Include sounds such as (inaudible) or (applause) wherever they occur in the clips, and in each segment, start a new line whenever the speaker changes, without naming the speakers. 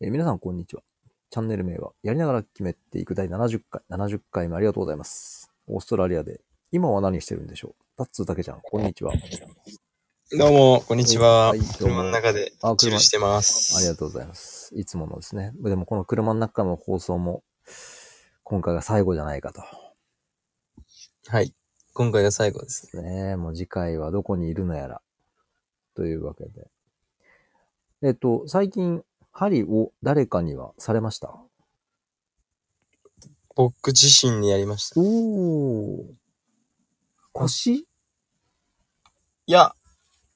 えー皆さん、こんにちは。チャンネル名は、やりながら決めていく第70回、70回目ありがとうございます。オーストラリアで、今は何してるんでしょうタッツーたけちゃん、こんにちは。
どうも、こんにちは。
はいどうも
車の中で
あ、
チル
車、
してます。
ありがとうございます。いつものですね。でも、この車の中の放送も、今回が最後じゃないか
はい。今回が最後ですね。
と。ねえもう次回はどこにいるのやら。というわけで。えっと、最近、針を誰かにはされました
僕自身にやりました。い
おお。腰
や、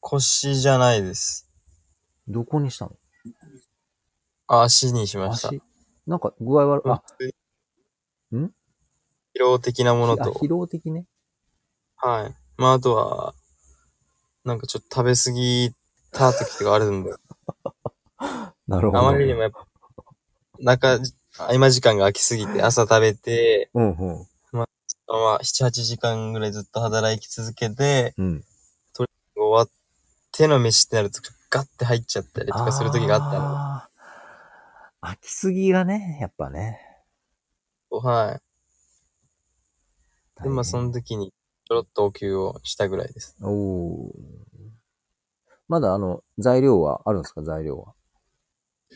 腰じゃないです。
どこにしたの
足にしました。
足なんか具合悪い。
ま
あ
あ、疲
ん
労的なもの
あ
と
疲、労的ね。
はい。まあ、あとは、なんかちょっと食べ過ぎた時とかある
(laughs)
んで、
なるほど。
あまりにもやっぱ、中、合間時間が空きすぎて、朝食べて、
うんうん。
まあ、7、8時間ぐらいずっと働き続けて、
うん。
終わっての飯ってなると、ガッて入っちゃったりとかする時があったの
あー飽きすぎがね、やっぱね。
はい。で、まあ、そ
大
の時に、ちょろっとお給をしたぐらいです。
変おーまだあの、材料はあるんですか材料は。お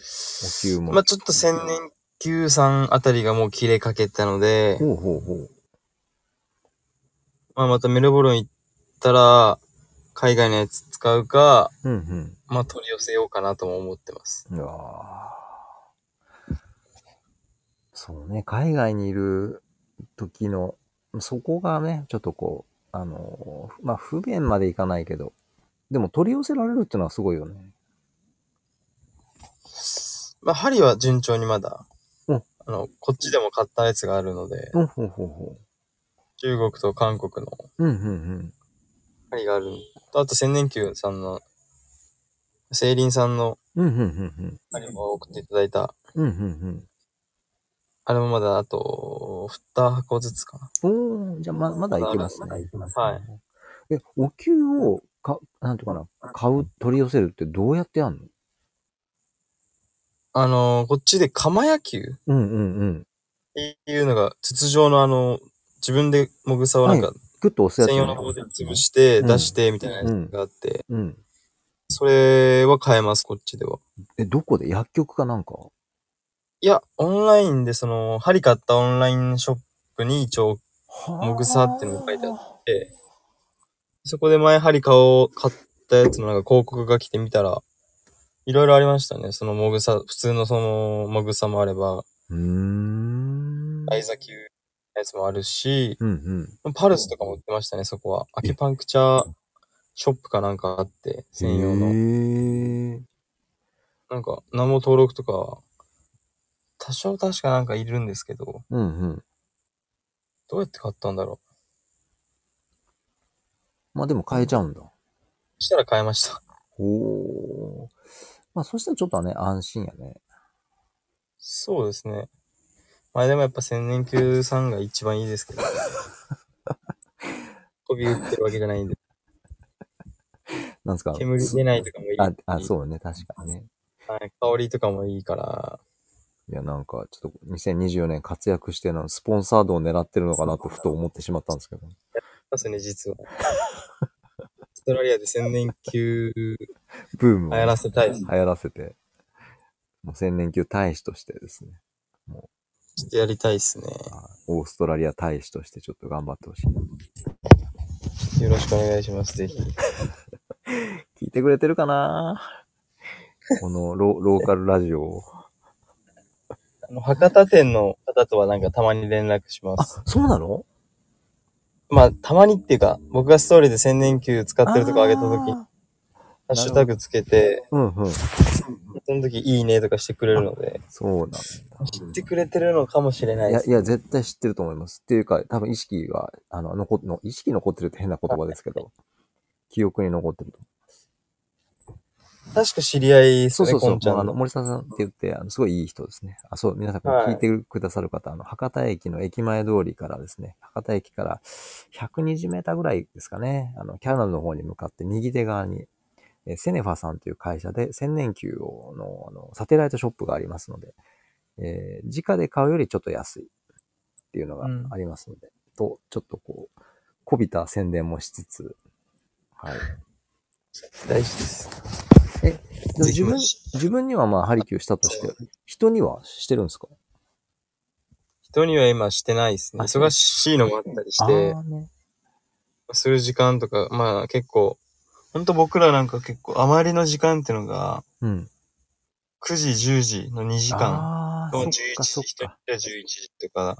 給も。
まあ、ちょっと千年級さんあたりがもう切れかけたので、
ほうほうほう。
まあ、またメルボルン行ったら、海外のやつ使うか、
うんうん。
まあ、取り寄せようかなとも思ってます。
うわーそうね、海外にいる時の、そこがね、ちょっとこう、あのー、まあ、不便までいかないけど、でも取り寄せられるっていうのはすごいよね。
まあ、針は順調にまだ、
うん
あの、こっちでも買ったやつがあるので、
うん、ほうほうほ
中国と韓国の
う。うん、うん、
針がある。あと、千年級さんの、セイリンさんの
うん。うん、うん、うん、
針も送っていただいた
うん。うん、うん、
あれもまだあと、2箱ずつかな。
うん。おー、じゃあま、まだ行きますね。
まだ
行きます
ねはい。
え、お給を、か、なんていうかな、買う、取り寄せるってどうやってやんの
あのーこっちで釜野球っ
うん、うん、うん。
ていうのが、筒状のあの、自分でもぐさをなんか、
グッと押す
専
や
用
つ、
の棒で潰して、
うん
出して、みたいなやつがあって、
うん。
それは買えます、こっちでは。
え、どこで薬局かなんか
いや、オンラインで、その、針買ったオンラインショップに一応、
も
もぐさってのが書いてあって、そこで前針買おう、買ったやつのなんか広告が来てみたら、いろいろありましたね。そのもぐさ、普通のそのもぐさもあれば、
うーん。
台座級のやつもあるし、
うんうん。
パルスとかも売ってましたね、そこは。アキパンクチャーショップかなんかあって、専用の。
へー
なんか、何も登録とか、多少確かなんかいるんですけど、
うんうん。
どうやって買ったんだろう。
まあでも変えちゃうんだ。
そしたら買いました。
おー。まあそしたらちょっとはね、安心やね。
そうですね。まあでもやっぱ千年級さんが一番いいです
(laughs)
けど、飛び打ってるわけじゃないんで、
なんですか
煙出ないとかもいい。
あ、あ、そうね、確かにね。
はい、香りとかもいいから、
いや、なんか、ちょっと2024年活躍してのスポンサードを狙ってるのかなとふと思ってしまったんですけど。
ますね、実は。オーストラリアで千年級
ブームを
流
ね
行らせたいです。
流行らせて、もう千年級大使としてですね、
ちょっとやりたいですね。
あオーストラリア大使としてちょっと頑張ってほしい。
よろしくお願いします、ぜひ。
聞いてくれてるかなこのロローカルラジオを。
あの、博多店の方とはなんかたまに連絡します。
そうなの
まあ、たまにっていうか、僕がストーリーで千年級使ってるとこ上げた時に、
あ
ハッシュタグつけて、
ーうんうん。
その時いいねとかしてくれるので、
そうなん
知ってくれてるのかもしれな
だ。
い
い
で
や、
す。
いや、絶対知ってると思います。っていうか、多分意識が、あの、残っの、意識残ってるって変な言葉ですけど、記憶に残ってると思
確か知り合いで
う。そ
す
うそ
ね、
う
こ
そ
んちゃ
う。あ
ん
の、
の。
森沢さんって言って、あの、すごいいい人ですね。あ、そう、皆さん、これ
はい
聞いてくださる方、あの、博多駅の駅前通りからですね、博多駅から120メーターぐらいですかね、あの、キャナルの方に向かって右手側に、えーセネファさんという会社で千年球をのあのサテライトショップがありますので、えー直で買うよりちょっと安いっていうのがありますので、と、ちょっとこう、こびた宣伝もしつつ、はい。
大事です。
でも自分、自分にはまあ、ハリキューしたとして、人にはしてるんですか
人には今してないですね。
あそう
忙しいのもあったりし
あ
て、
ーね。
する時間とか、まあ結構、ほんと僕らなんか結構、あまりの時間っていうのが、
うん。
9時、10時の2時間。
ああ、
と
そ
11
っか
時、
そっ
1人
か
は。11時とか。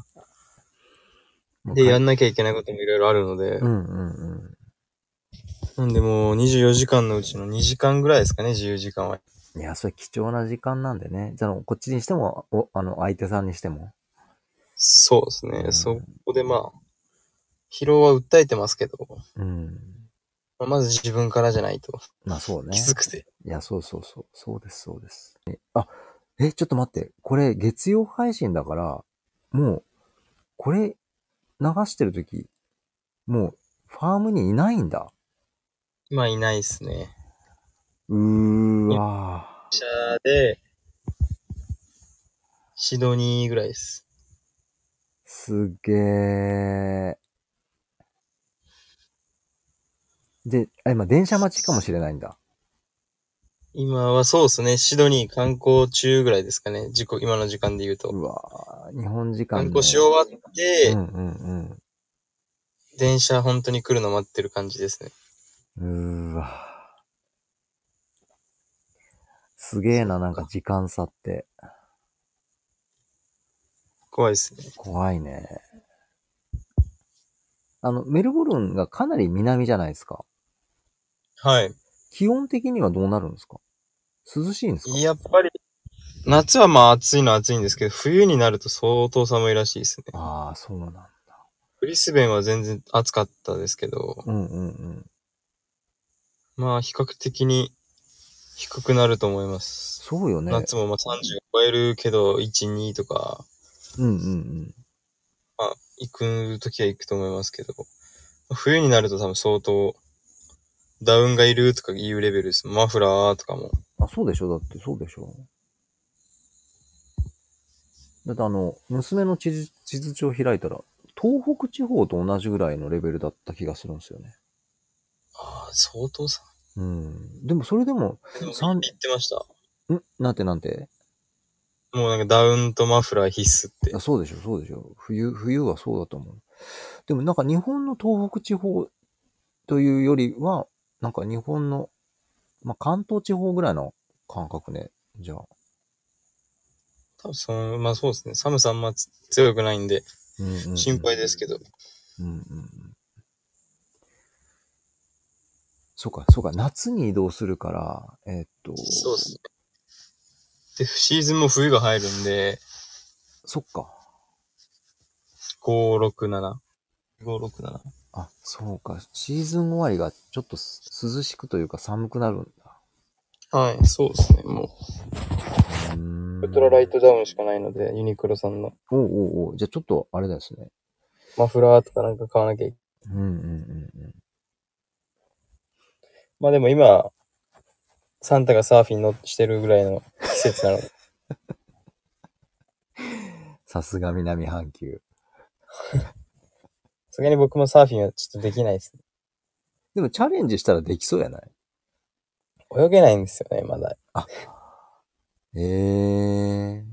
もう
で、
帰
やんなきゃいけないこともいろいろあるので
う、んうんうん。
なんでもう24時間のうちの2時間ぐらいですかね、自由時間は。
いや、それ貴重な時間なんでね。じゃあ、こっちにしても、お、あの、相手さんにしても。
そうです
う
ね。
ん
そこでまあ、疲労は訴えてますけど、
うん。
まあまず自分からじゃないと
まあそうね。
きつくて。
いや、そうそうそう。そうです、そうです。えあ、え、ちょっと待って。これ、月曜配信だから、もう、これ、流してるとき、もう、ファームにいないんだ。
まあいないですね。
うーわ
社で、シドニーぐらいです。
ー。すげー。で、あ、今、電車待ちかもしれないんだ。
今はそうですね、シドニー観光中ぐらいですかね、時刻、今の時間で言うと。
うわー。日本時間
観
の
光し終わって、
うんうん
電車本当に来るの待ってる感じですね。
うん。うーわー。すげーな、なんか時間差って。
怖いですね。
怖いね。あの、メルボルンがかなり南じゃないですか。
はい。
気温的にはどうなるんですか涼しいんですか
やっぱり、夏はまあ暑いのは暑いんですけど、冬になると相当寒いらしいですね。
ああ、そうなんだ。
ブリスベンは全然暑かったですけど、
うんうんうん。
まあ比較的に低くなると思います。
そうよね。
夏もまあ30超えるけど、1、2とか、
うんうんうん。
まあ行くときは行くと思いますけど、冬になると多分相当ダウンがいるとかいうレベルです。マフラーとかも。
あ、そうでしょだってそうでしょだってあの、娘の地図地図帳開いたら、東北地方と同じぐらいのレベルだった気がするんですよね。
ああ、相当寒
うん。でもそれでも、
い。でも
さん
言ってました。
んなんてなんて
もうなんかダウンとマフラー必須って
あ。そうでしょ、そうでしょ。冬、冬はそうだと思う。でもなんか日本の東北地方というよりは、なんか日本の、まあ、関東地方ぐらいの感覚ね。じゃあ。
多分その、まあそうですね。寒さあんまつ強くないんで、
うんうんうん
心配ですけど。
うんうんうん。そうか、そうか。夏に移動するから、えーっと、
そうですね。で、シーズンも冬が入るんで、
そっか。
5、6、7。5、6、7。
あ、そうか。シーズン終わりがちょっとす涼しくというか寒くなるんだ。
はい、そうですね。も
うーん
う、ウルトラライトダウンしかないので、ユニクロさんの。
おうおうおう。じゃあちょっとあれですね。
マフラーとかなんか買わなきゃいけない。
うんうんうんうん。
まあでも今、サンタがサーフィンのしてるぐらいの季節なので。 (laughs)
さすが南半球。
さすがに僕もサーフィンはちょっとできないですね。
でもチャレンジしたらできそうやない
泳げないんですよね、まだ。
ええ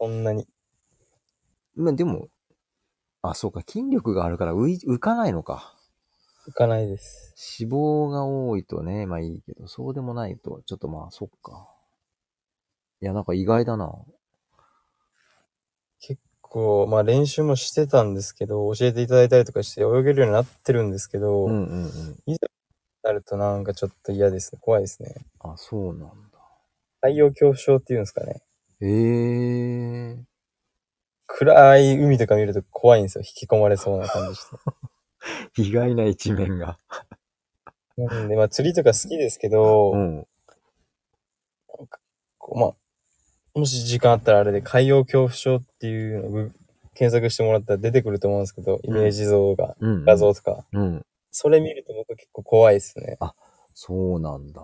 そんなに。
まあでも、あ、そうか、筋力があるから浮い浮かないのか。
浮かないです。
脂肪が多いとね、まあいいけど、そうでもないと、ちょっとまあ、そっか。いや、なんか意外だな。
結構、まあ練習もしてたんですけど、教えていただいたりとかして泳げるようになってるんですけど、
うんうんうん。
なるとなんかちょっと嫌ですね。怖いですね。
あ、そうなんだ。
太陽恐怖症っていうんですかね。
ええ
暗い海とか見ると怖いんですよ。引き込まれそうな感じして。
意外な一面が。
なんで、まあ釣りとか好きですけ
う
ど、
ん。
こうまあ、もし時間あったらあれで海洋恐怖症っていうのをグ検索してもらったら出てくると思うんですけど、イメージ像が、
うん。
画像とか。
うん。
それ見ると僕結構怖いですね。
そうなんだ。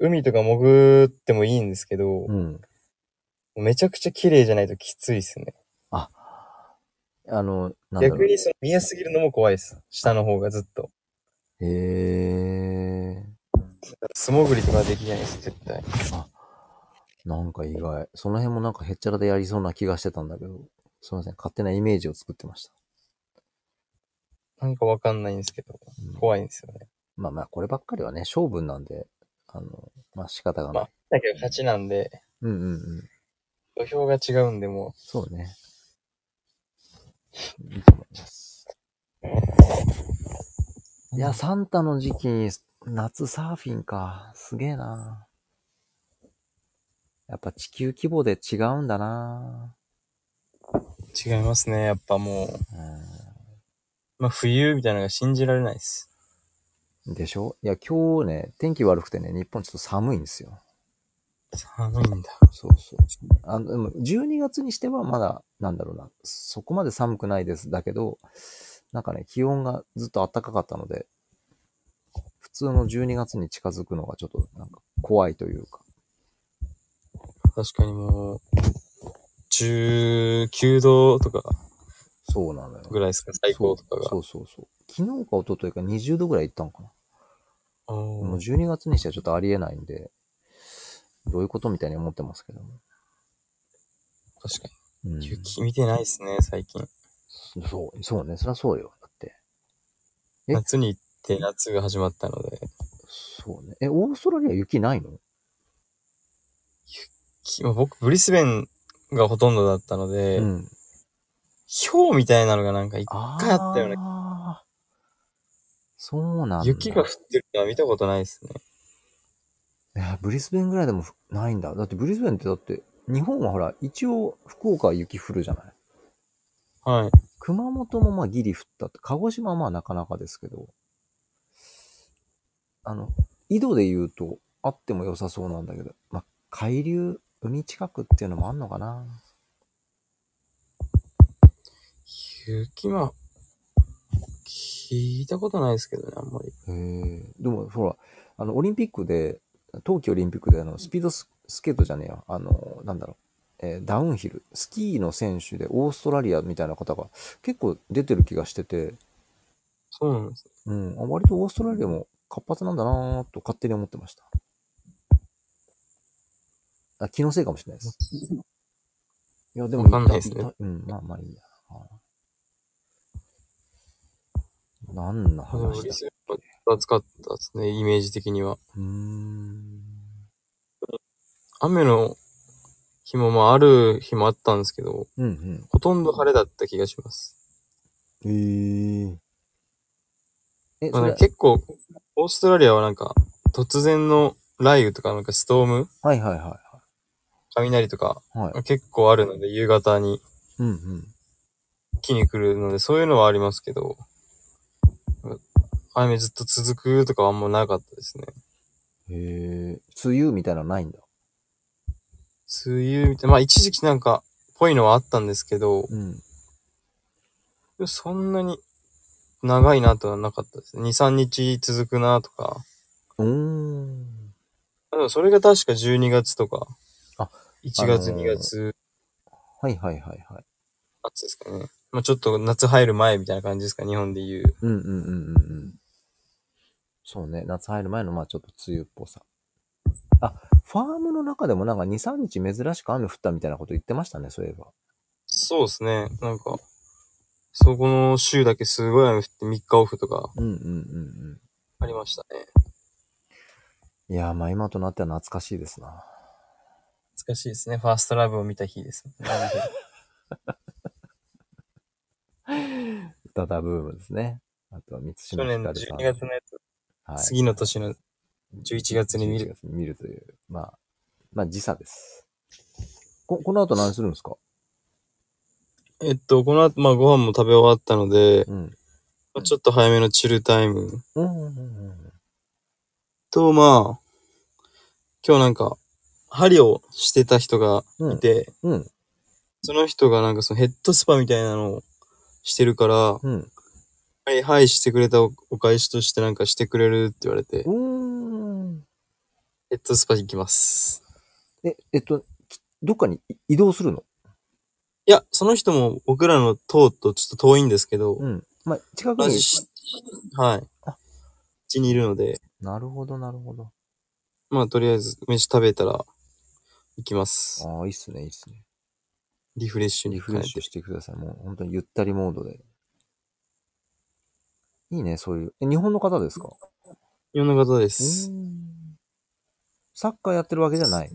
海とか潜ってもいいんですけど、
うん。
めちゃくちゃ綺麗じゃないときついですね。
あの、なんだろ
逆
う。
にその見えすぎるのも怖いです。下の方がずっと。
へえ
素潜りとかできないです、絶対。
ー。なんか意外。その辺もなんかへっちゃらでやりそうな気がしてたんだけど、すいません。勝手なイメージを作ってました。
なんかわかんないんですけど、
うん
怖いんですよね。
まあまあ、こればっかりはね、勝負なんで、あの、まあ仕方がない。
まあだけど勝ちなんで、
うんうんうん。
土俵が違うんで、も
そうね。いいと思います。
う。
いや、サンタの時期に夏サーフィンか。すげえな。やっぱ地球規模で違うんだな。
違いますね。やっぱもう、まあ冬みたいなのが信じられないです。
うん、でしょいや、今日ね、天気悪くてね、日本ちょっと寒いんですよ。
寒いんだ。
そうそう。あの、でも12月にしてはまだ、なんだろうな、そこまで寒くないです。だけど、なんかね、気温がずっと暖かかったので、普通の12月に近づくのがちょっとなんか怖いというか。
確かにもう、19度とか
そうなのよ。
ぐらいですか、最高とかが。
そうそうそうそう。昨日か一昨日か20度ぐらい行ったのかな。
お
もう
ー
12月にしてはちょっとありえないんで、どういうことみたいに思ってますけども。
確か
うん
に。、雪見てないですね、最近。
そう、そうね。そりゃそうよ。だって。え
夏に行って夏が始まったので、
そうね。え、オーストラリア雪ないの
きまあ僕、ブリスベンがほとんどだったので、
うん。
氷みたいなのがなんか一
あ
回あったよね。
あーそうなんだ。
雪が降ってるのは見たことないですね。
いやブリスベンぐらいでもふないんだ。だってブリスベンってだって、日本はほら、一応福岡は雪降るじゃない。
はい。
熊本もまあギリ降ったって、鹿児島はまあなかなかですけど、あの、井戸で言うとあっても良さそうなんだけど、まあ、海流、海近くっていうのもあんのかな。
雪、まあ、聞いたことないですけどね、あんまり。
へえ。でもほら、あの、オリンピックで、冬季オリンピックであの、スピードススケートじゃねえや、あの、なんだろう、えーダウンヒル、スキーの選手でオーストラリアみたいな方が結構出てる気がしてて、
そうなんです。
うん、あ割とオーストラリアも活発なんだなぁと勝手に思ってました。あ、気のせいかもしれないです。いや、でも、
わかんないですね
たうん、まあまあいいや。はい何の
あでも
話だ
ブリスベンは暑かったですね、イメージ的には。
うーん。
雨の日もまあある日もあったんですけど、
うんうん。
ほとんど晴れだった気がします。
えー、え、
ま
そ
あなん
れ
か、結構、オーストラリアはなんか、突然の雷雨とかなんかストーム、
はいはいは
雷とか
い。はい。
結構あるので、夕方に
うんうん。
木に来るので、そういうのはありますけど、雨ずっと続くとかはあんまなかったですね。
へえ、梅雨みたいなのないんだ。
梅雨みたいな、まあ一時期なんか、ぽいのはあったんですけど、
うん。
そんなに長いなとはなかったですね。2、3日続くなとか。
おーん。
でもそれが確か12月とか、
あ
1月、
あのー
2月、
はいはいはいはい。
夏ですかね。まあちょっと夏入る前みたいな感じですか、日本で言う。
うんうんうんうんうん。そうね、夏入る前の、まあちょっと梅雨っぽさ。あ、ファームの中でもなんか2、3日珍しく雨降ったみたいなこと言ってましたね、そういえば。
そうですね。なんか、そこの週だけすごい雨降って3日オフとか
うんうんうん
ありましたね。
うん。いやー、まあ今となっては懐かしいですな。
懐かしいですね。ファーストラブを見た日です。
ダダブームですね。あとは三
去
島
年
ひ
の
か
12
るさん。
月のや
は
つ、
い
次の年の11月に見
11
る。
月に見るという、まあ、まあ時差です。こ、この後何するんですか
えっと、この後、まあご飯も食べ終わったので、
うん。
まあちょっと早めのチルタイム
うんうんうんうん。
と、まあ、今日なんか、針をしてた人がいて、
うん。
その人がなんかそのヘッドスパみたいなのをしてるから、
うん。
はい、はいしてくれたおお返しとしてなんかしてくれるって言われて、
うーん。
ヘッドスパ行きます。
え、えっと、きどっかにい移動するの
いや、その人も僕らの塔とちょっと遠いんですけど
う、ん。まあ、近く
同
に
じ。しはい。うちにいるので、
なるほど、なるほど。
まあとりあえず飯食べたら行きます。
ああ、いいっすね、いいっすね。
リフレッシュに
リフレッシュしてください。もう本当にゆったりモードで。いいね、そういう。え、日本の方ですか
いろんな方で
うー
す。
んサッカーやってるわけじゃない。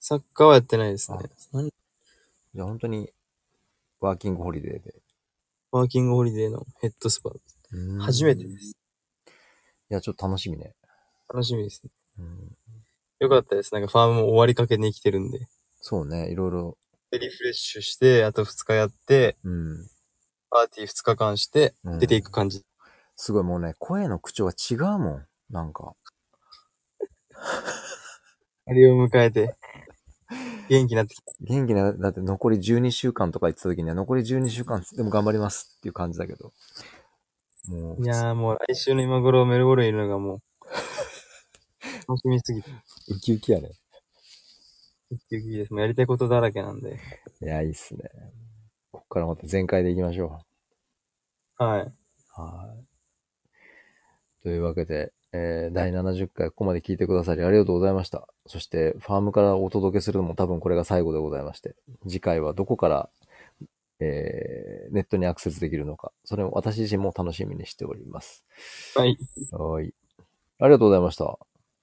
サッカーはやってないですね。なん
じゃあ本当に、ワーキングホリデーで。
ワーキングホリデーのヘッドスパ。初めて
い
です。
や、ちょっと楽しみね。
楽しみですね。
うん、
よかったです。なんかファームも終わりかけに生きてるんで。
そうね、いろいろ。
で、リフレッシュして、あと2日やって、
うん。
パーティー2日間して、
うん
出ていく感じ。
すごいもうね、声の口調が違うもん。なんか。
あれを迎えて、元気になってきた。
元気な、だって残り12週間とか言ってた時には、残り12週間でも頑張りますっていう感じだけど。もう、
いやーもう来週の今頃メルボルンいるのが (laughs) もう、楽しみすぎて、
ウキウキやね。
ウキウキです。もうやりたいことだらけなんで。
いや、いいっすね。こっからまた全開でいきましょ
はい。
う。はい。というわけで、えー第70回ここまで聞いてくださりありがとうございました。そして、ファームからお届けするのも多分これが最後でございまして、次回はどこから、えーネットにアクセスできるのか、それを私自身も楽しみにしております。
はい。
はい。ありがとうございました。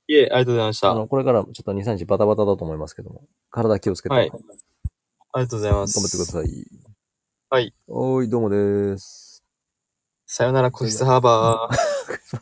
いえ、ありがとうございました。
あの、これからちょっと2、3日バタバタだと思いますけども、体気をつけて、
はい
頑張
ありがとうございます。
ってください。
はい。
おーい、どうもです。
さよなら、個室ハーバー。